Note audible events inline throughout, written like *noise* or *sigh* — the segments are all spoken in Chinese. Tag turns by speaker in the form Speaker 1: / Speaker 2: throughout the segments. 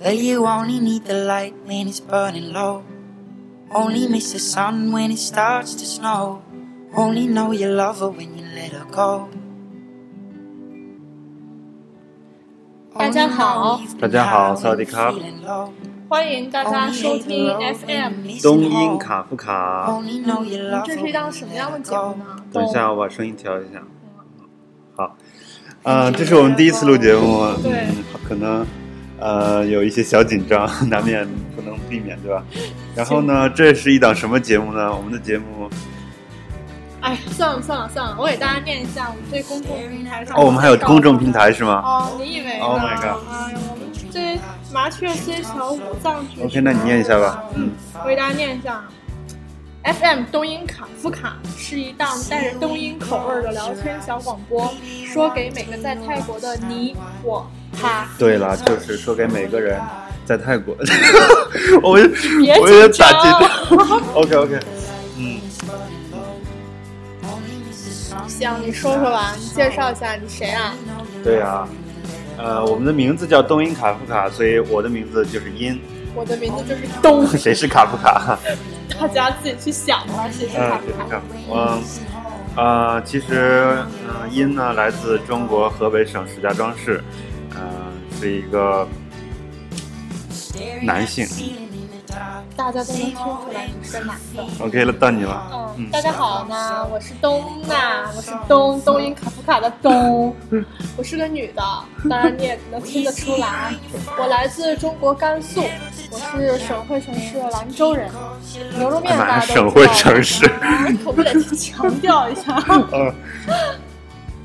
Speaker 1: Well, you only need the light when it's burning low. Only miss the sun when it starts to snow. Only know you love her when you let her go.
Speaker 2: 大家好。
Speaker 3: 大家好，萨瓦迪卡。
Speaker 2: 欢迎大
Speaker 1: 哦
Speaker 2: 家收听 FM。
Speaker 3: 东音卡夫卡。
Speaker 2: 这是一档什么样的节目呢？
Speaker 3: 等一下，我把声音调一下。好，呃，这是我们第一次录节目，
Speaker 2: 对
Speaker 3: 嗯，可能呃有一些小紧张，难免不能避免，对吧？然后呢，这是哦一档什么节目呢？我们的节目
Speaker 2: 哎呀，算了算了算了，我给大家念一下我们这公众平台上。
Speaker 3: 哦，我们还有公众平。台是吗
Speaker 2: 哦，你以为呢
Speaker 3: Oh my god
Speaker 2: 哎呀，我们这麻雀虽小，五脏俱全。
Speaker 3: ？OK，那你念一下吧。
Speaker 2: 嗯，我给大家念一下。FM 东音卡夫卡是一档带着东音口味的聊天小广播，说给每个在泰国的你、我、他。
Speaker 3: 对了，就是说给每个人在泰 *laughs* 国，我
Speaker 2: 别
Speaker 3: *laughs* 我也
Speaker 2: 紧张
Speaker 3: 打击。OK OK，嗯，
Speaker 2: *laughs* 行，你说说吧，你介绍一下你谁啊？
Speaker 3: 对啊，呃，我们的名字叫东音卡夫卡，所以我的名字就是
Speaker 2: *laughs*
Speaker 3: 音。
Speaker 2: 我的名字就是东，
Speaker 3: 谁是卡夫卡？
Speaker 2: 大家自己去想吧，谁是
Speaker 3: 嗯
Speaker 2: 卡，夫卡。
Speaker 3: 卡夫卡。嗯，呃，其实，嗯、音呢来自中国河北省石家庄市，嗯、是一个男性。
Speaker 2: 大家都能听出来你是哪个。
Speaker 3: OK 了，到你了。
Speaker 2: 嗯，大家好呢，我是东娜，我是东东音卡夫卡的东，
Speaker 3: *laughs*
Speaker 2: 我是个女的，当然你也能听得出来，我来自中国甘肃，我是省会城市兰州人，牛肉面
Speaker 3: 干
Speaker 2: 大
Speaker 3: 嘛？
Speaker 2: 家都知道
Speaker 3: 哎
Speaker 2: 哎
Speaker 3: 省会城市。
Speaker 2: 可不得强调一下。
Speaker 3: 嗯，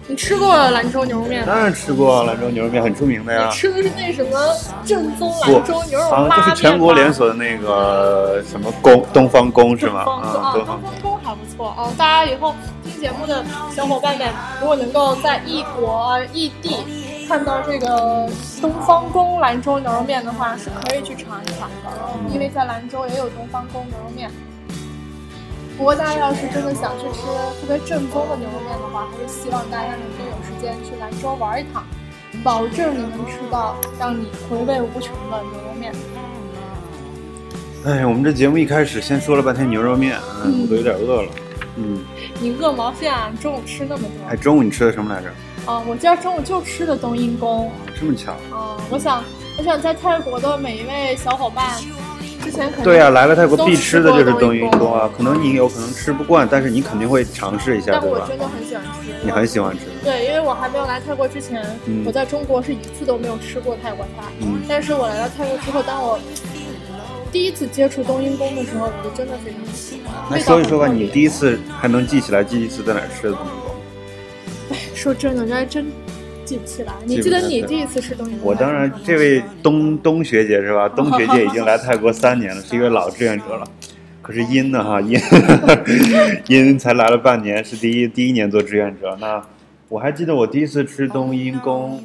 Speaker 2: 你吃过兰州牛肉面吗？
Speaker 3: *laughs* 当然吃过兰州牛肉面，很出名哎的呀
Speaker 2: 你。吃的是那什么正宗
Speaker 3: 不
Speaker 2: 兰州牛肉拉
Speaker 3: 啊
Speaker 2: 面，
Speaker 3: 就是全国连
Speaker 2: 锁
Speaker 3: 锁的那个什么宫东方宫是吗？
Speaker 2: 啊，
Speaker 3: 啊，
Speaker 2: 东
Speaker 3: 东方
Speaker 2: 方宫还不错啊。大家以后听节目的小伙伴们，如果能够在异国异地看到这个东方宫兰州牛肉面的话，是可以去尝一尝的，因为在兰州也有东方宫牛肉面。不过大家要是真的想去吃特别正宗的牛肉面的话，还是希望大家能够有时间去兰州玩一趟，保证你能吃到让你回味无穷的牛肉面。
Speaker 3: 哎，我们这节目一开始先说了半天牛肉面，嗯，我都有点饿了。嗯，
Speaker 2: 你饿毛线啊？你中午吃那么多
Speaker 3: 哎，？中午你吃的什么来着？哦
Speaker 2: 啊，我今儿中午就吃的冬阴功。
Speaker 3: 这么巧？
Speaker 2: 啊，我想，我想在泰国的每一位小伙伴，之前肯定
Speaker 3: 对啊，来了泰国必吃的就是冬
Speaker 2: 冬
Speaker 3: 阴
Speaker 2: 阴
Speaker 3: 功啊。可能你有可能吃不惯，但是你肯定会尝试一下，
Speaker 2: 但
Speaker 3: 对啊
Speaker 2: 我
Speaker 3: 吧？
Speaker 2: 真的很喜欢吃。
Speaker 3: 你很喜欢吃，
Speaker 2: 对，因为我还没有来泰国之前，
Speaker 3: 嗯
Speaker 2: 我在中国是一次都没有吃过泰国菜。
Speaker 3: 嗯
Speaker 2: 但是我来到泰国之后，当我第一次接触冬阴功的时候，我就真的非常喜欢。
Speaker 3: 那
Speaker 2: 味道
Speaker 3: 说
Speaker 2: 很
Speaker 3: 一说吧，
Speaker 2: 特别
Speaker 3: 你第一次还能记起来，记一次在哪儿吃的冬阴功？
Speaker 2: 说真的，我还真记不起来。你
Speaker 3: 记
Speaker 2: 记
Speaker 3: 不
Speaker 2: 得
Speaker 3: 太
Speaker 2: 你
Speaker 3: 对
Speaker 2: 第一次吃冬阴功？
Speaker 3: 我当然，这位东东学姐是吧？东学姐已经来泰国三年了，是一位老志愿者了。可是因呢哈，因 *laughs* 因才来了半年，是第一第一年做志愿者。那我还记得我第一次吃冬阴功，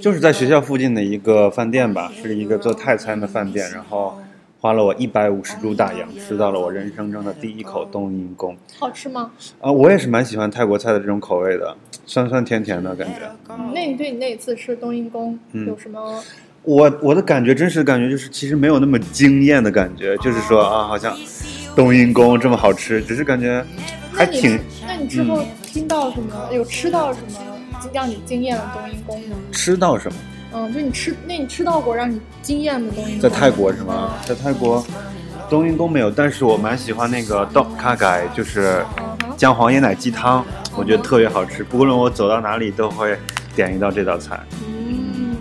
Speaker 3: 就是在学校附近的一个饭店吧，是一个做泰餐的饭店，然后花了我一百五十铢大洋，吃到了我人生中的第一口冬阴功。
Speaker 2: 好吃吗？
Speaker 3: 啊，我也是蛮喜欢泰国菜的这种口味的，酸酸甜甜的感觉。
Speaker 2: 那你对你那一次吃冬阴功
Speaker 3: 嗯
Speaker 2: 有什么？
Speaker 3: 我我的感觉，真实的感觉就是，其实没有那么惊艳的感觉，就是说啊，好像冬阴功这么好吃，只是感觉还
Speaker 2: 那你
Speaker 3: 挺嗯
Speaker 2: 那你之后听到什么？有吃到什么让你惊艳的冬阴功吗？
Speaker 3: 吃到什么，
Speaker 2: 嗯，就你吃，那你吃到过让你惊艳的冬阴功？
Speaker 3: 在泰国是吗？在泰国冬阴功没有，但是我蛮喜欢那个豆咖改，就是
Speaker 2: 嗯哼。
Speaker 3: 姜黄椰奶鸡汤，我觉得特别好吃。不论我走到哪里都会点一道这道菜。
Speaker 2: 嗯，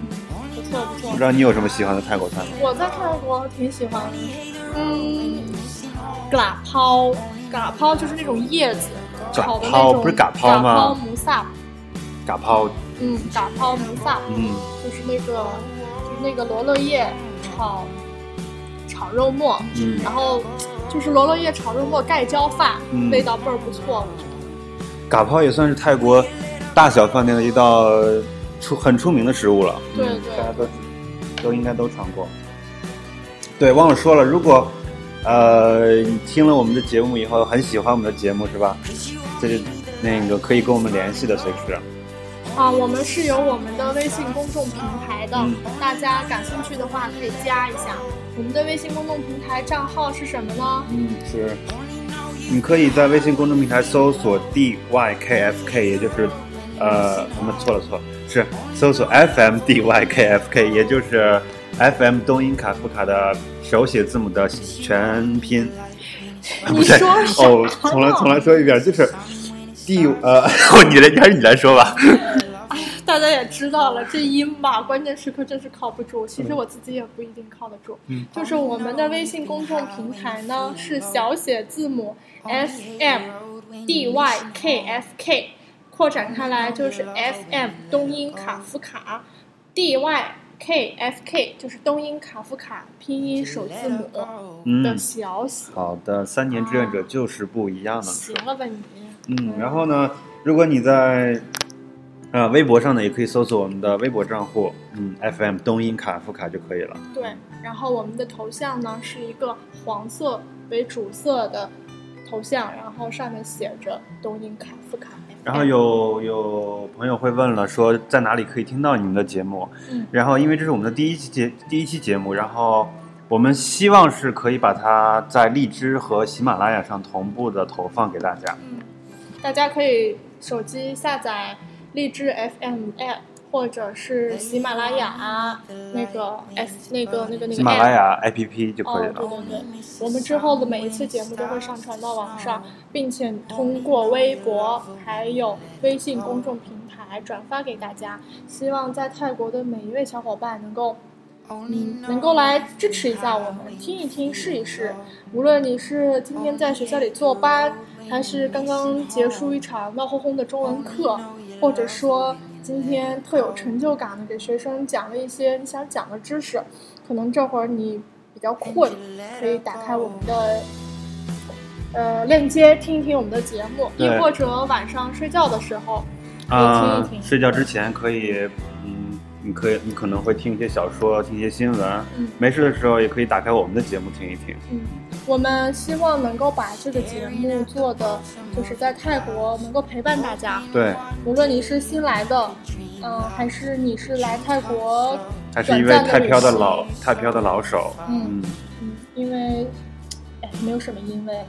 Speaker 2: 不错不
Speaker 3: 不
Speaker 2: 错
Speaker 3: 知。道你有什么喜欢的泰国菜吗？
Speaker 2: 我在泰国挺喜欢，嗯，嘎抛，嘎抛就是那种叶子
Speaker 3: 嘎
Speaker 2: 炒的那
Speaker 3: 抛
Speaker 2: 种，
Speaker 3: 不是嘎抛吗
Speaker 2: 嘎抛姆萨，
Speaker 3: 嘎抛，
Speaker 2: 嗯，嘎抛姆萨，
Speaker 3: 嗯，
Speaker 2: 就是那个就是那个罗勒叶炒炒肉末，
Speaker 3: 嗯
Speaker 2: 然后就是罗勒叶炒肉末盖浇饭，
Speaker 3: 嗯
Speaker 2: 味道倍儿不错，我觉得。
Speaker 3: 嘎抛也算是泰国大小饭店的一道出很出名的食物了。
Speaker 2: 对
Speaker 3: 嗯
Speaker 2: 对
Speaker 3: 大家都都应该都尝过。对，忘了说了，如果呃你听了我们的节目以后很喜欢我们的节目是吧？这是那个可以跟我们联系的随时。
Speaker 2: 啊，我们是有我们的微信公众平台的，
Speaker 3: 嗯
Speaker 2: 大家感兴趣的话可以加一下。我们的微信公众平台账号是什么呢？
Speaker 3: 嗯，是。你可以在微信公众平台搜索 D Y K F K，也就是，呃，我们错了错了，是搜索 F M D Y K F K，也就是 F M 东音卡夫卡的手写字母的全拼。啊 *laughs* 不
Speaker 2: 你
Speaker 3: 对，
Speaker 2: 说啥
Speaker 3: 哦，重来重来说一遍，就是 D 呃， *laughs* 哦，你来还是你来说吧。
Speaker 2: *laughs* 大家也知道了，这音吧，关键时刻真是靠不住。其实我自己也不一定靠得住。
Speaker 3: 嗯
Speaker 2: 就是我们的微信公众平台呢，是小写字母
Speaker 1: 哦
Speaker 2: F M D Y K F K，扩展开来就是 F M 东音卡夫卡，D Y K F K 就是东音卡夫卡拼音首字母的
Speaker 3: 嗯，
Speaker 2: 小写。
Speaker 3: 好的，三年志愿者就是不一样的。
Speaker 2: 行了吧你？
Speaker 3: 嗯，然后呢，如果你在呃微博上呢，也可以搜索我们的微博账户，嗯，FM 东音卡夫卡就可以了。
Speaker 2: 对，然后我们的头像呢是一个黄色为主色的头像，然后上面写着“东音卡夫卡 FM”。
Speaker 3: 然后
Speaker 2: 嗯
Speaker 3: 有有朋友会问了，说在哪里可以听到你们的节目？
Speaker 2: 嗯
Speaker 3: 然后因为这是我们的第一期节第一期节目，然后我们希望是可以把它在荔枝和喜马拉雅上同步的投放给大家。
Speaker 2: 嗯，大家可以手机下载荔枝 FM app，或者是喜马拉雅那个 S 那个那个那个 app,
Speaker 3: 喜马拉雅 APP 就可以
Speaker 2: 哦，
Speaker 3: 了。
Speaker 2: 对对对，我们之后的每一期节目都会上传到网上，并且通过微博还有微信公众平台转发给大家。希望在泰国的每一位小伙伴能够，嗯，能够来支持一下我们，听一听，试一试。无论你是今天在学校里坐班，还是刚刚结束一场闹哄哄的中文课，或者说今天特有成就感的给学生讲了一些你想讲的知识，可能这会儿你比较困，可以打开我们的呃链接听一听我们的节目，
Speaker 3: 对
Speaker 2: 亦或者晚上睡觉的时候，
Speaker 3: 啊、
Speaker 2: 也听一听
Speaker 3: 睡觉之前可以，嗯，你可以，你可能会听一些小说，听一些新闻。
Speaker 2: 嗯
Speaker 3: 没事的时候也可以打开我们的节目听一听。
Speaker 2: 嗯，我们希望能够把这个节目做的就是在泰国能够陪伴大家，
Speaker 3: 对，
Speaker 2: 无论你是新来的，嗯、还是你是来泰国
Speaker 3: 他是一位
Speaker 2: 短暂
Speaker 3: 泰漂的
Speaker 2: 旅行
Speaker 3: 老泰漂的老手。
Speaker 2: 嗯
Speaker 3: 嗯，
Speaker 2: 嗯，因为，哎，没有什么因为了。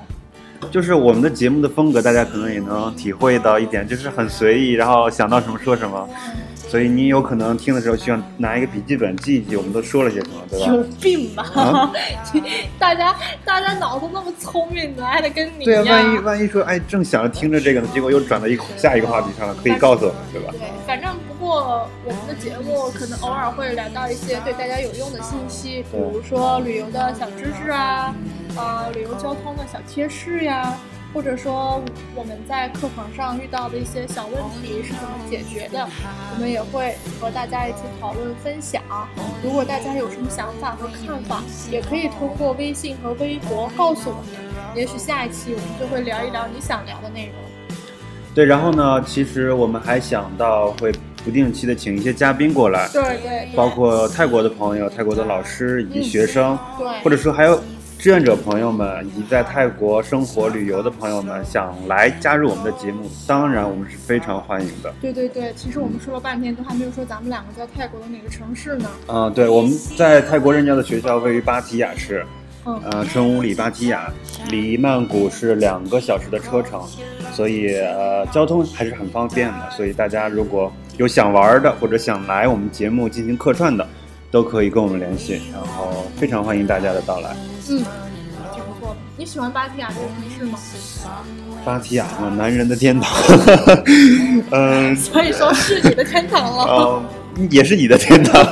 Speaker 3: 就是我们的节目的风格，大家可能也能体会到一点，就是很随意，然后想到什么说什么。
Speaker 2: 嗯
Speaker 3: 所以你有可能听的时候需要拿一个笔记本记一记，我们都说了些什么，对
Speaker 2: 有
Speaker 3: 吧？
Speaker 2: 病吧？
Speaker 3: 啊
Speaker 2: 大家大家脑子那么聪明，怎么还得跟你一
Speaker 3: 对啊，
Speaker 2: 样？
Speaker 3: 万一万一说，哎，正想着听着这个呢，结果又转到一个下一个话题上了，可以告诉我们，对吧？
Speaker 2: 对，反正不过我们的节目可能偶尔会聊到一些对大家有用的信息，比如说旅游的小知识啊，呃，旅游交通的小贴士呀，或者说我们在课堂上遇到的一些小问题是怎么解决的，我们也会和大家一起讨论分享。如果大家有什么想法和看法，也可以通过微信和微博告诉我们。也许下一期我们就会聊一聊你想聊的内容。
Speaker 3: 对，然后呢，其实我们还想到会不定期的请一些嘉宾过来，
Speaker 2: 对对
Speaker 3: 包括泰国的朋友、泰国的老师以及学生，
Speaker 2: 对，
Speaker 3: 或者说还有志愿者朋友们以及在泰国生活旅游的朋友们，想来加入我们的节目，当然我们是非常欢迎的。
Speaker 2: 对对对，其实我们说了半天，都还没有说咱们两个在泰国的哪个城市呢？
Speaker 3: 嗯，对，我们在泰国任教的学校位于芭提雅市，
Speaker 2: 嗯，
Speaker 3: 呃，春武里芭提雅，离曼谷是两个小时的车程，所以呃，交通还是很方便的。所以大家如果有想玩的，或者想来我们节目进行客串的，都可以跟我们联系，然后非常欢迎大家的到来。
Speaker 2: 嗯，挺不错的。你喜欢芭提雅这个城市吗？
Speaker 3: 芭提雅嘛，男人的天堂， *laughs* 嗯，
Speaker 2: *laughs* 所以说是你的天堂了。
Speaker 3: 哦，也是你的天堂。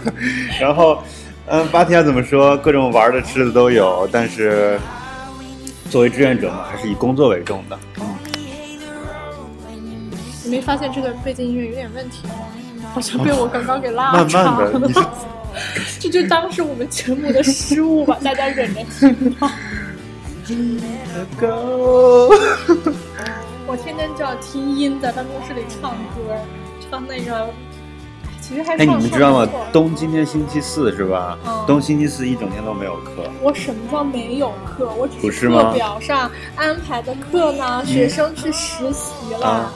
Speaker 3: *laughs* 然后，嗯，芭提雅怎么说？各种玩的、吃的都有，但是作为志愿者嘛，还是以工作为重的。
Speaker 2: *laughs* 你没发现这个背景音乐有点问题吗？好像被我刚刚给拉
Speaker 3: 哦慢
Speaker 2: 长
Speaker 3: 慢
Speaker 2: 了。
Speaker 3: 的，你是
Speaker 2: *laughs* 这就当是我们节目的失误吧，大家忍着听吧。 *laughs*
Speaker 3: go。
Speaker 2: 我天天就要听音，在办公室里唱歌，唱那个，哎其实还
Speaker 3: 哎，
Speaker 2: 唱
Speaker 3: 你
Speaker 2: 唱
Speaker 3: 们知道
Speaker 2: 不
Speaker 3: 吗
Speaker 2: 错？
Speaker 3: 东今天星期四是吧？
Speaker 2: 嗯
Speaker 3: 东星期四一整天都没有课。
Speaker 2: 我什么叫没有课？我只
Speaker 3: 不
Speaker 2: 是
Speaker 3: 是
Speaker 2: 课
Speaker 3: 吗嗯
Speaker 2: 表上安排的课呢，学生去实习了
Speaker 3: 啊。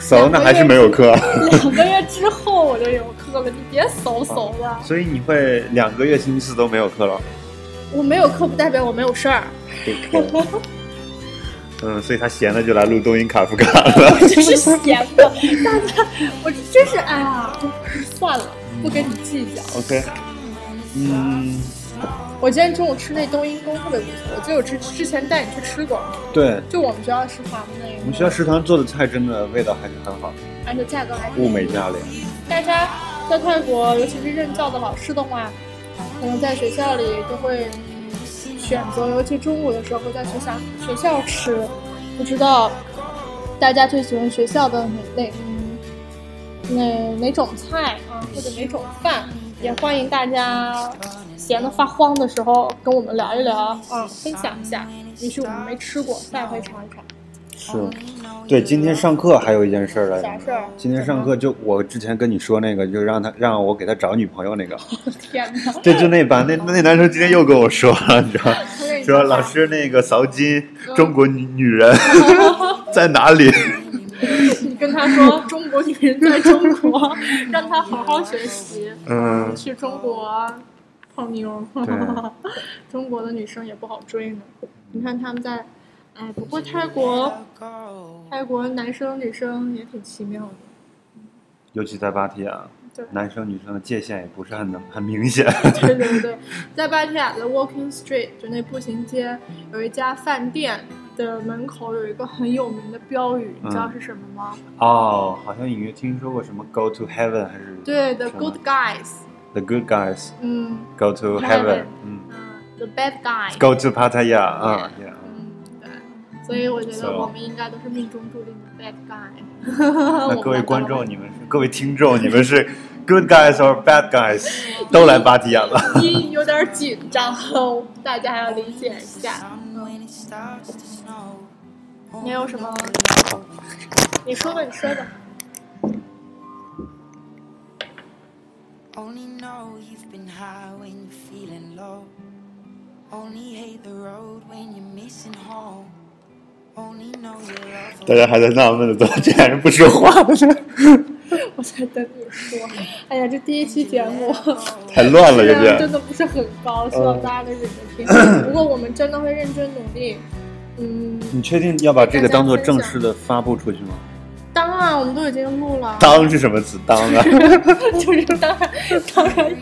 Speaker 3: 搜那还是没有课。
Speaker 2: 哦 *laughs* 两个月之后我就有课了，你别
Speaker 3: 啊
Speaker 2: 搜搜了。
Speaker 3: 所以你会两个月星期四都没有课了。
Speaker 2: 我没有课不代表我没有事
Speaker 3: *laughs*
Speaker 2: 儿，
Speaker 3: OK 嗯，所以他闲了就来录东音卡夫卡
Speaker 2: *laughs*
Speaker 3: 了。
Speaker 2: 只是闲的。大家，我真是哎呀，算了，不跟你计较。
Speaker 3: OK，嗯，
Speaker 2: 我今天中午吃那冬阴功特别不错，我记得我之之前带你去吃过，
Speaker 3: 对，
Speaker 2: 就我们学校食堂那个，
Speaker 3: 我们学校食堂做的菜真的味道还是很好，
Speaker 2: 而且价格还
Speaker 3: 物
Speaker 2: 是。
Speaker 3: 美价廉。
Speaker 2: 大家在泰国，尤其是任教的老师的话，可能在学校里都会选择，尤其中午的时候会在学校学校吃。不知道大家最喜欢学校的哪哪嗯哪哪种菜啊，或者哪种饭？也欢迎大家闲得发慌的时候跟我们聊一聊啊，分享一下，也许我们没吃过，下回尝一尝。
Speaker 3: 是，对，今
Speaker 2: 嗯
Speaker 3: 天上课还有一件事儿来着
Speaker 2: 啥事儿
Speaker 3: 今天上课就我之前跟你说那个，就让他让我给他找女朋友那个，
Speaker 2: 天哪！
Speaker 3: 对，就那班那那男生今天又跟我说了，你知
Speaker 2: *laughs*
Speaker 3: 道吗，
Speaker 2: 他跟你
Speaker 3: 说
Speaker 2: 说
Speaker 3: 老
Speaker 2: 啥
Speaker 3: 师那个扫金中国女女
Speaker 2: *laughs*
Speaker 3: 人在哪里？
Speaker 2: 你跟他说 *laughs* 中国女人在中国， *laughs* 让他好好学习，
Speaker 3: 嗯，
Speaker 2: 去中国泡妞
Speaker 3: 对。
Speaker 2: *laughs* 中国的女生也不好追呢，你看他们在，哎，不过泰国泰国男生女生也挺奇妙的，
Speaker 3: 尤其在芭提雅
Speaker 2: 对，
Speaker 3: 男生女生的界限也不是很能很明
Speaker 2: *laughs*
Speaker 3: 显。
Speaker 2: 对对对，在芭提雅的 Walking Street 就那步行街有一家饭店。的门口有一个很有名的标语，你知道是什么吗？
Speaker 3: 哦，好像隐约听说过什么 “Go to Heaven” 还是
Speaker 2: 对，The
Speaker 3: 什么
Speaker 2: Good Guys，
Speaker 3: the good guys
Speaker 2: 嗯
Speaker 3: go
Speaker 2: Heaven
Speaker 3: to heaven，嗯
Speaker 2: 嗯、t h e Bad Guys，
Speaker 3: ，go to Pattaya 啊，yeah，
Speaker 2: 嗯，对，所以我觉得
Speaker 3: So-
Speaker 2: 我们应该都是命中注定的 bad guy。*laughs*
Speaker 3: 那
Speaker 2: 那
Speaker 3: 各位观众，你们是各位听众，你们是 good guys or
Speaker 2: *laughs*
Speaker 3: bad guys，都来芭提雅了。
Speaker 2: 音有点紧张，大家要理解一下。嗯你有什么？你说吧，你说吧。
Speaker 1: Only know you've been high when you're feeling low. Only hate the road when you're missing home. Only know you love
Speaker 3: 大家还在纳闷的，怎么这俩人不说话了？
Speaker 2: 我在等你说。哎呀，这第一期节目
Speaker 3: 太乱了，有
Speaker 2: 质量真
Speaker 3: 点。
Speaker 2: 的不是啊很高，希望大家能忍着听。不过我们真的会认真努力。嗯，
Speaker 3: 你确定要把这个当做正式的发布出去吗？
Speaker 2: 当然啊我们都已经录了。
Speaker 3: 当是什么词？当
Speaker 2: *laughs*
Speaker 3: 啊，
Speaker 2: 就是当然，当然，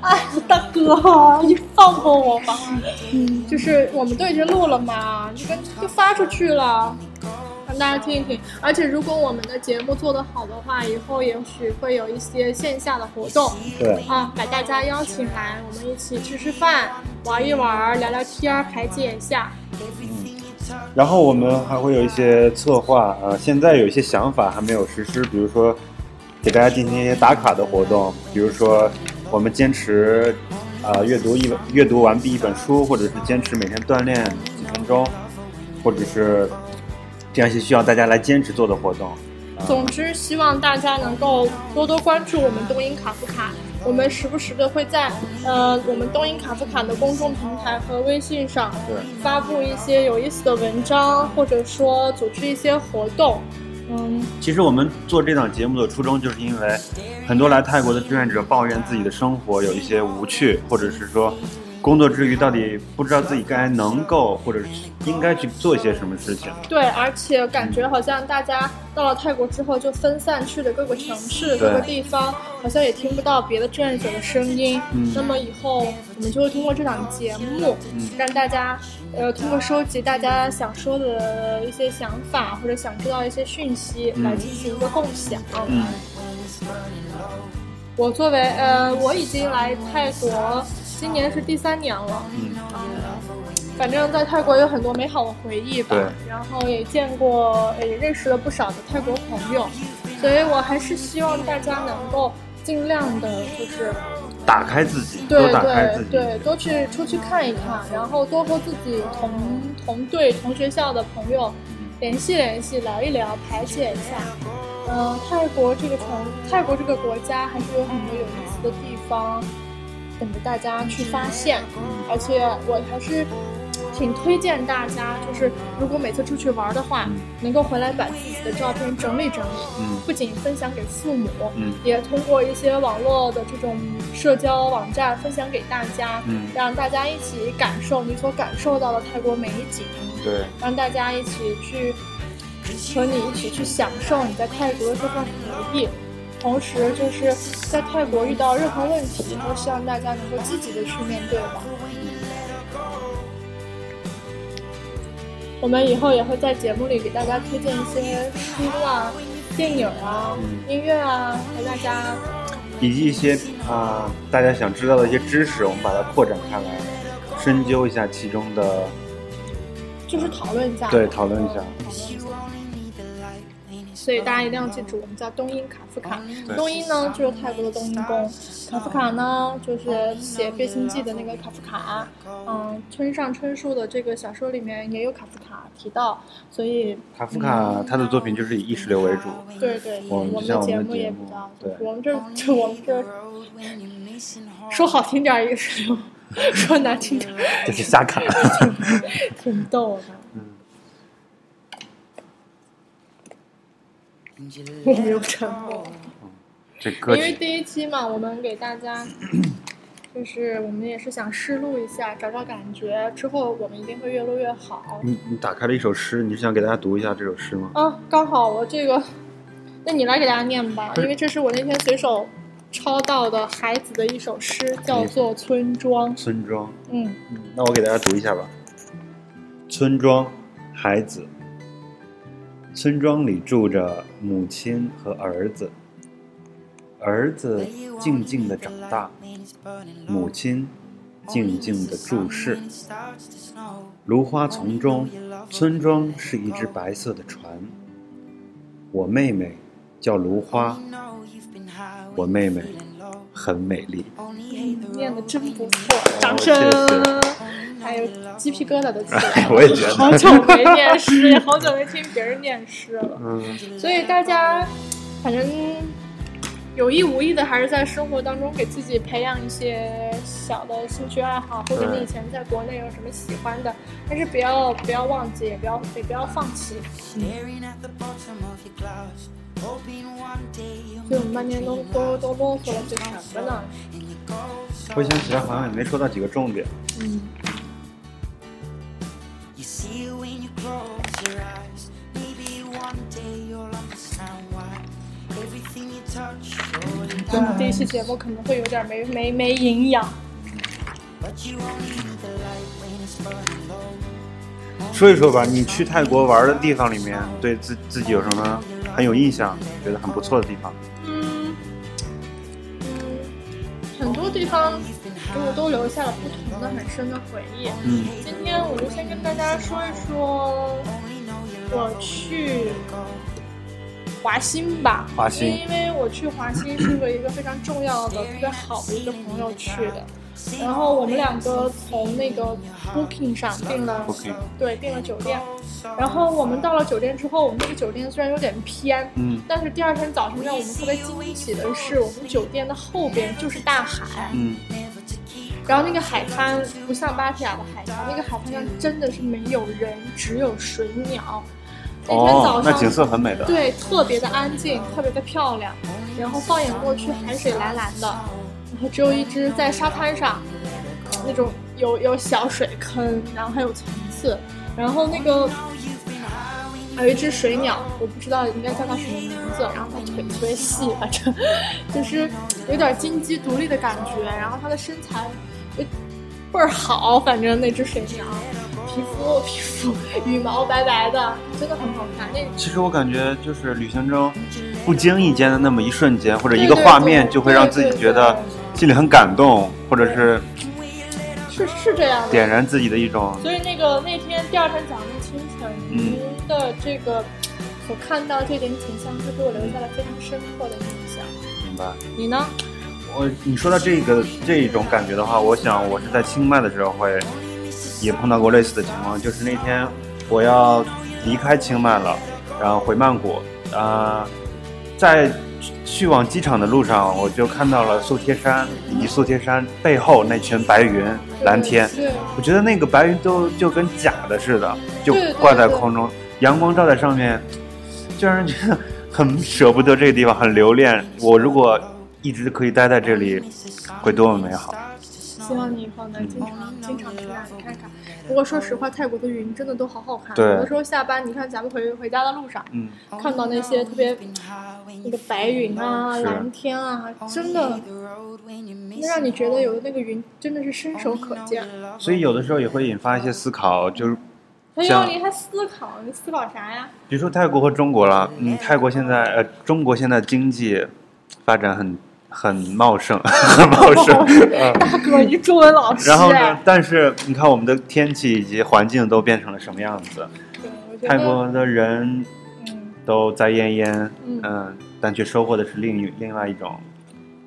Speaker 2: 哎，大哥，你放过我吧。嗯， *laughs* 就是我们都已经录了嘛，就跟就发出去了，让大家听一听。而且如果我们的节目做得好的话，以后也许会有一些线下的活动
Speaker 3: 对，
Speaker 2: 啊，把大家邀请来，我们一起吃吃饭、玩一玩、聊聊天儿、排解一下。
Speaker 3: 然后我们还会有一些策划，呃，现在有一些想法还没有实施，比如说给大家进行一些打卡的活动，比如说我们坚持呃阅读一本阅读完毕一本书，或者是坚持每天锻炼几分钟，或者是这样一些需要大家来坚持做的活动。
Speaker 2: 总之，希望大家能够多多关注我们东英卡夫卡。我们时不时的会在呃我们东英卡夫卡的公众平台和微信上
Speaker 3: 对
Speaker 2: 发布一些有意思的文章，或者说组织一些活动。嗯，
Speaker 3: 其实我们做这档节目的初衷，就是因为很多来泰国的志愿者抱怨自己的生活有一些无趣，或者是说工作之余到底不知道自己该能够或者是应该去做一些什么事情。
Speaker 2: 对，而且感觉好像大家到了泰国之后就分散去了各个城市、各个地方，好像也听不到别的志愿者的声音。
Speaker 3: 嗯
Speaker 2: 那么以后我们就会通过这档节目，
Speaker 3: 嗯
Speaker 2: 让大家呃通过收集大家想说的一些想法或者想知道一些讯息，
Speaker 3: 嗯
Speaker 2: 来进行一个共享。
Speaker 3: 嗯，
Speaker 2: 我作为呃，我已经来泰国，今年是第三年了。
Speaker 3: 嗯
Speaker 2: 反正在泰国有很多美好的回忆吧
Speaker 3: 对，
Speaker 2: 然后也见过，呃也认识了不少的泰国朋友，所以我还是希望大家能够尽量的，就是
Speaker 3: 打开自己，多
Speaker 2: 对
Speaker 3: 打开自
Speaker 2: 对
Speaker 3: 己。
Speaker 2: 对，多去出去看一看，然后多和自己同同队、同学校的朋友联系联系，聊一聊，排解一下。嗯、泰国这个城，泰国这个国家还是有很多有意思的
Speaker 3: 嗯
Speaker 2: 地方等着大家去发现，而且我还是挺推荐大家，就是如果每次出去玩的话，能够回来把自己的照片整理整理，
Speaker 3: 嗯
Speaker 2: 不仅分享给父母，
Speaker 3: 嗯
Speaker 2: 也通过一些网络的这种社交网站分享给大家，
Speaker 3: 嗯，
Speaker 2: 让大家一起感受你所感受到的泰国美景，
Speaker 3: 对，
Speaker 2: 让大家一起去和你一起去享受你在泰国的这份回忆。同时，就是在泰国遇到任何问题，都希望大家能够积极的去面对吧。我们以后也会在节目里给大家推荐一些书啊、电影啊、
Speaker 3: 嗯
Speaker 2: 音乐啊，和大家
Speaker 3: 以及一些啊、大家想知道的一些知识，我们把它扩展开来，深究一下其中的，
Speaker 2: 就是讨论一下，
Speaker 3: 对，讨论一下。
Speaker 2: 所以大家一定要记住，我们叫东音卡夫卡。
Speaker 3: 对
Speaker 2: 东音呢，就是泰国的冬阴功；卡夫卡呢，就是写《变形记》的那个卡夫卡。嗯，村上春树的这个小说里面也有卡夫卡提到，所以
Speaker 3: 卡
Speaker 2: 嗯
Speaker 3: 夫卡啊他的作品就是以意识流为主，
Speaker 2: 对对，
Speaker 3: 嗯我们
Speaker 2: 我们
Speaker 3: 就像
Speaker 2: 的
Speaker 3: 我
Speaker 2: 节
Speaker 3: 们
Speaker 2: 目
Speaker 3: 的节
Speaker 2: 也
Speaker 3: 目
Speaker 2: 比较，
Speaker 3: 对
Speaker 2: 我们这这我们这说好听点儿一个是
Speaker 3: *laughs*
Speaker 2: 流，说难听点儿
Speaker 3: 就是瞎 *laughs* 嗯侃。
Speaker 2: 挺逗的。我没 *laughs* 有沉默。
Speaker 3: 这歌
Speaker 2: 因为
Speaker 3: 曲，
Speaker 2: 第一期嘛，我们给大家就是我们也是想试录一下，找找感觉，之后我们一定会越录越好。
Speaker 3: 你你打开了一首诗，你是想给大家读一下这首诗吗？
Speaker 2: 啊，刚好我这个，那你来给大家念吧，因为这是我那天随手抄到的孩子的一首诗，叫做《村庄》。
Speaker 3: 村庄。
Speaker 2: 嗯，
Speaker 3: 那我给大家读一下吧。村庄，孩子。村庄里住着母亲和儿子，儿子静静的长大，，母亲静静的注视。。芦花丛中，村庄是一只白色的船。我妹妹叫芦花，我妹妹很美丽。 *laughs*
Speaker 1: 嗯
Speaker 2: 念的真不错，掌声
Speaker 3: 哦谢谢！
Speaker 2: 还有鸡皮疙瘩都起来了。
Speaker 3: *laughs* 我也觉得
Speaker 2: 好久没念诗，也好久没听别人念诗了。
Speaker 3: 嗯，
Speaker 2: 所以大家，反正有意无意的，还是在生活当中给自己培养一些小的兴趣爱好，或者
Speaker 3: 对
Speaker 2: 你以前在国内有什么喜欢的，但是不要不要忘记，也不要也不要放弃。所以我们半天都都都啰嗦了些什么呢？
Speaker 3: 回想起来好像也没说到几个重点。
Speaker 2: 嗯，
Speaker 1: You see it when you close your eyes. Maybe one day you'll understand why everything you touch surely
Speaker 2: 我们第一
Speaker 1: dies.
Speaker 2: 期节目可能会有点没没没营养，
Speaker 1: But you only need the light when it's burning low.
Speaker 3: 说一说吧，你去泰国玩的地方里面，对自自己有什么很有印象、觉得很不错的地方？
Speaker 2: 嗯嗯，很多地方给我都留下了不同的很深的回忆。
Speaker 3: 嗯
Speaker 2: 今天我就先跟大家说一说我去华新吧，
Speaker 3: 华欣
Speaker 2: 因为我去华新是个一个非常重要的、特别好的一个朋友去的，然后我们两个从那个 Booking 上订了
Speaker 3: Booking
Speaker 2: 对，订了酒店，然后我们到了酒店之后，我们这个酒店虽然有点偏，
Speaker 3: 嗯
Speaker 2: 但是第二天早上让我们特别惊喜的是，我们酒店的后边就是大海，
Speaker 3: 嗯，
Speaker 2: 然后那个海滩不像芭提雅的海滩，那个海滩上真的是没有人，只有水鸟。那天
Speaker 3: 哦
Speaker 2: 早，
Speaker 3: 那
Speaker 2: 上，
Speaker 3: 景色很美的。
Speaker 2: 对特别的安静，特别的漂亮。然后放眼过去，海水蓝蓝的，然后只有一只在沙滩上那种有有小水坑，然后还有层次，然后那个还有一只水鸟，我不知道应该叫它什么名字，然后它腿特别细，反正就是有点金鸡独立的感觉，然后它的身材就倍儿好，反正那只水鸟，皮肤皮肤羽毛白白的，真的很好看。那
Speaker 3: 其实我感觉就是旅行中，不经意间的那么一瞬间，或者
Speaker 2: 对
Speaker 3: 一个
Speaker 2: 对
Speaker 3: 画
Speaker 2: 对
Speaker 3: 面，就会让
Speaker 2: 对
Speaker 3: 自己
Speaker 2: 对
Speaker 3: 觉得心里很感动，或者是
Speaker 2: 是是这样的，
Speaker 3: 点燃自己的一种。
Speaker 2: 所以那个那天第二天早上清晨
Speaker 3: 嗯
Speaker 2: 的这个、所看到这点景象，是给我留下了非常深刻的印象。
Speaker 3: 明白。
Speaker 2: 你呢？
Speaker 3: 我你说到这个这种感觉的话，我想我是在清迈的时候会也碰到过类似的情况，就是那天我呃要离开清迈了，然后回曼谷，啊、在去往机场的路上，我就看到了瘦贴山以及瘦贴山背后那群白云、蓝天。
Speaker 2: 对，
Speaker 3: 我觉得那个白云都就跟假的似的，就
Speaker 2: 对对
Speaker 3: 挂在
Speaker 2: 对
Speaker 3: 空中，阳光照在上面，就让人觉得很 *laughs* 舍不得这个地方，很留恋。我如果一直可以待在这里，会多么美好！
Speaker 2: 希望你以后能经常经常去那里看看。不过说实话，泰国的云真的都好好看。
Speaker 3: 对
Speaker 2: 有的时候下班，你看咱们回回家的路上，
Speaker 3: 嗯，
Speaker 2: 看到那些特别那个白云啊、
Speaker 3: 是
Speaker 2: 蓝天啊，
Speaker 1: 哦
Speaker 2: 真的那让你觉得有的那个云真的是伸手
Speaker 1: 哦
Speaker 2: 可啊见。
Speaker 3: 所以有的时候也会引发一些思考，就是
Speaker 2: 哎呦，
Speaker 3: 像
Speaker 2: 你还思考，你思考啥呀？ *laughs*
Speaker 3: 比如说泰国和中国了，嗯，泰国现在呃，中国现在经济发展很很茂盛， *laughs* 很茂盛。嗯
Speaker 2: 大哥，你是中文老师。啊
Speaker 3: 然后呢？但是啊你看我们的天气以及环境都变成了什么样子？
Speaker 2: 对，我觉得
Speaker 3: 泰国的人
Speaker 2: 嗯，
Speaker 3: 都在奄奄，
Speaker 2: 嗯
Speaker 3: 嗯，但却收获的是另一另外一种，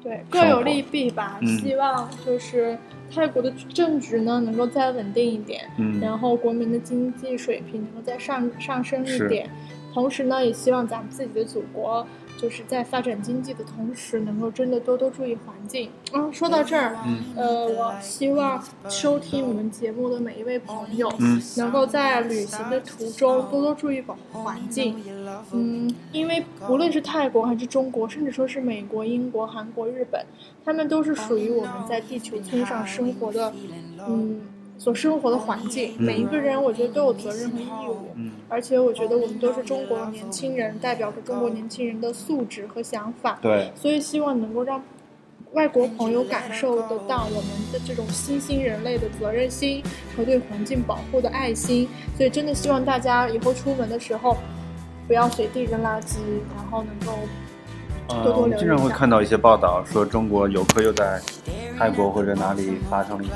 Speaker 2: 对，各有利弊吧。
Speaker 3: 嗯
Speaker 2: 希望就是泰国的政局呢能够再稳定一点，
Speaker 3: 嗯，
Speaker 2: 然后国民的经济水平能够再上上升一
Speaker 3: 是
Speaker 2: 点。同时呢，也希望咱们自己的祖国，就是在发展经济的同时，能够真的多多注意环境。嗯，说到这儿，
Speaker 3: 嗯
Speaker 2: 呃，我希望收听我们节目的每一位朋友，
Speaker 3: 嗯
Speaker 2: 能够在旅行的途中多多注意保护环境。嗯，因为无论是泰国还是中国，甚至说是美国、英国、韩国、日本，他们都是属于我们在地球村上生活的，嗯，所生活的环境。
Speaker 3: 嗯
Speaker 2: 每一个人，我觉得都有责任和义务。
Speaker 3: 嗯，
Speaker 2: 而且我觉得我们都是中国年轻人，代表着中国年轻人的素质和想法。
Speaker 3: 对，
Speaker 2: 所以希望能够让外国朋友感受得到我们的这种新兴人类的责任心和对环境保护的爱心。所以真的希望大家以后出门的时候，不要随地扔垃圾，然后能够多嗯
Speaker 3: 呃，
Speaker 2: 多留
Speaker 3: 我们
Speaker 2: 意
Speaker 3: 经常
Speaker 2: 一
Speaker 3: 会
Speaker 2: 下
Speaker 3: 看到一些报道说中国游客又在泰国或者哪里发生了一些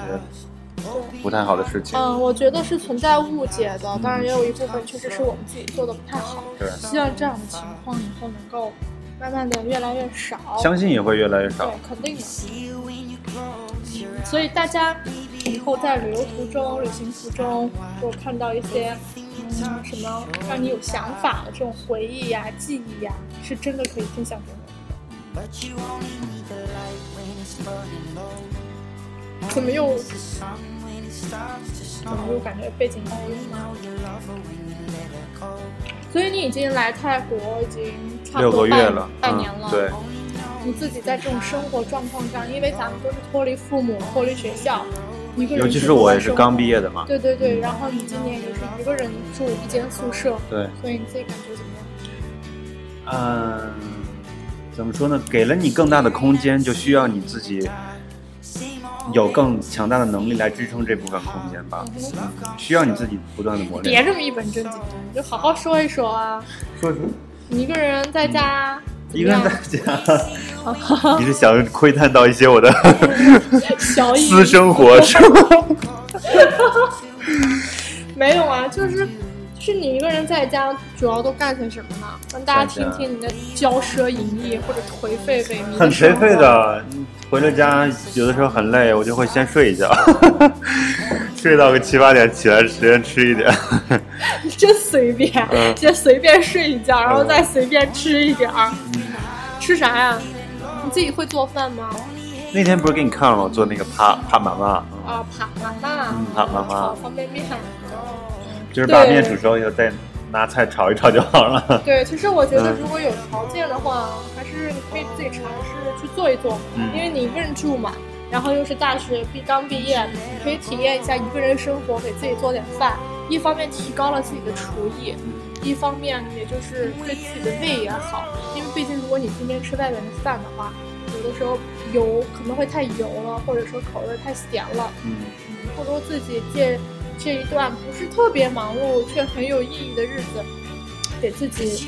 Speaker 3: 不太好的事情，
Speaker 2: 嗯，我觉得是存在误解的，当然也有一部分确实是我们自己做的不太好。
Speaker 3: 对。
Speaker 2: 希望这样的情况以后能够慢慢的越来越少。
Speaker 3: 相信也会越来越
Speaker 2: 对
Speaker 3: 少。，
Speaker 2: 肯定的。所以大家以后在旅游途中、旅行途中，如果看到一些嗯什么让你有想法的这种回忆呀、记忆呀、是真的可以分享给我。怎么又怎么又感觉背景音呢？所以你已经来泰国已经差不
Speaker 3: 六
Speaker 2: 多
Speaker 3: 个
Speaker 2: 半
Speaker 3: 月了，
Speaker 2: 半年了。
Speaker 3: 嗯，对，
Speaker 2: 你自己在这种生活状况上，因为咱们都是脱离父母、脱离学校，一个人
Speaker 3: 尤其是我也是刚毕
Speaker 2: 业。
Speaker 3: 业的嘛，
Speaker 2: 对对对，然后你今年也是一个人住一间宿舍，
Speaker 3: 对，
Speaker 2: 所以你自己感觉怎么样？
Speaker 3: 嗯，怎么说呢？给了你更大的空间，就需要你自己有更强大的能力来支撑这部分空间吧，嗯需要你自己不断的磨
Speaker 2: 别
Speaker 3: 练。
Speaker 2: 这么一本正经的，你就好好说一说啊。
Speaker 3: 说什么？
Speaker 2: 你一个人在家，怎
Speaker 3: 嗯一
Speaker 2: 么
Speaker 3: 个
Speaker 2: 样
Speaker 3: 人在家， *laughs* 你是想窥探到一些我的
Speaker 2: 小
Speaker 3: *laughs* 私
Speaker 2: 隐
Speaker 3: 生活是吗？
Speaker 2: 没有啊，就是就是你一个人在家，主要都干些什么呢？让大家
Speaker 3: 在
Speaker 2: 听
Speaker 3: 家
Speaker 2: 听你的骄奢淫逸或者颓废萎靡。
Speaker 3: 很颓废。的。回了家，有的时候很累，我就会先睡一觉， *laughs* 睡到个七八点，起来随便吃一点。 *laughs*
Speaker 2: *laughs* 真随便， *laughs*
Speaker 3: 嗯
Speaker 2: 先随便睡一觉，然后再随便吃一点儿。吃啥呀？你自己会做饭吗？
Speaker 3: 那天不是给你看了吗？我做那个帕帕玛玛，
Speaker 2: 啊，扒妈妈，
Speaker 3: 嗯扒妈妈
Speaker 2: 炒方便面。
Speaker 3: 就是把面煮熟以后再拿菜炒一炒就好了。
Speaker 2: 对，其实我觉得
Speaker 3: 嗯
Speaker 2: 如果有条件的话，还是你可以自己尝试去做一做，
Speaker 3: 嗯
Speaker 2: 因为你一个人住嘛，然后又是大学毕刚毕业，你可以体验一下一个人生活，给自己做点饭。一方面提高了自己的厨艺，一方面也就是对自己的胃也好，因为毕竟如果你天天吃外面的饭的话，有的时候油可能会太油了，或者说口味太咸了。
Speaker 3: 嗯，
Speaker 2: 或者说自己借这一段不是特别忙碌却很有意义的日子，给自己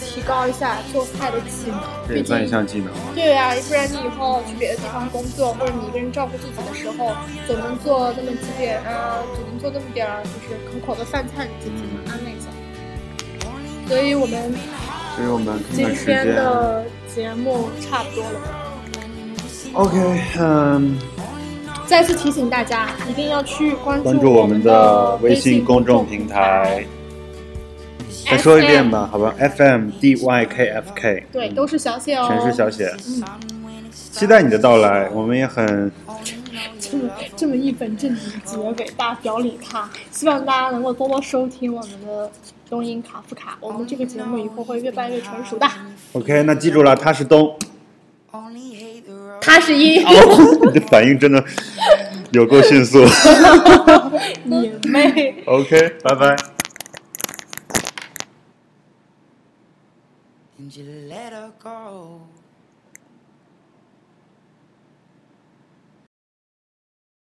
Speaker 2: 提高一下做菜的技能。
Speaker 3: 这
Speaker 2: 毕
Speaker 3: 也算一
Speaker 2: 竟，
Speaker 3: 项技能吧。
Speaker 2: 对啊，不然你以后去别的地方工作，或者你一个人照顾自己的时候，总能做那么几点啊，总能做那么点儿就是可口的饭菜，给自己能安慰一下。所以我们
Speaker 3: 所以我们看
Speaker 2: 今
Speaker 3: 看时
Speaker 2: 天
Speaker 3: 间。
Speaker 2: 的节目差不多了。
Speaker 3: OK，嗯，
Speaker 2: 再次提醒大家，一定要去关
Speaker 3: 关注我
Speaker 2: 们
Speaker 3: 们的
Speaker 2: 微
Speaker 3: 微信公
Speaker 2: 众
Speaker 3: 众平台，再说一遍吧，好吧，FM D Y K F K，
Speaker 2: 对，都是小写哦，
Speaker 3: 全是小写。期待你的到来，我们也很
Speaker 2: 这么这么一本正经结尾，大家表里他，希望大家能够多多收听我们的东音卡夫卡，我们这个节目以后会越办越成熟的。
Speaker 3: OK。那记住了，他是东， *laughs*
Speaker 4: 他是一，
Speaker 3: 你的反应真的有够迅速。
Speaker 2: 你妹！
Speaker 3: OK，拜拜。
Speaker 1: And you let her go.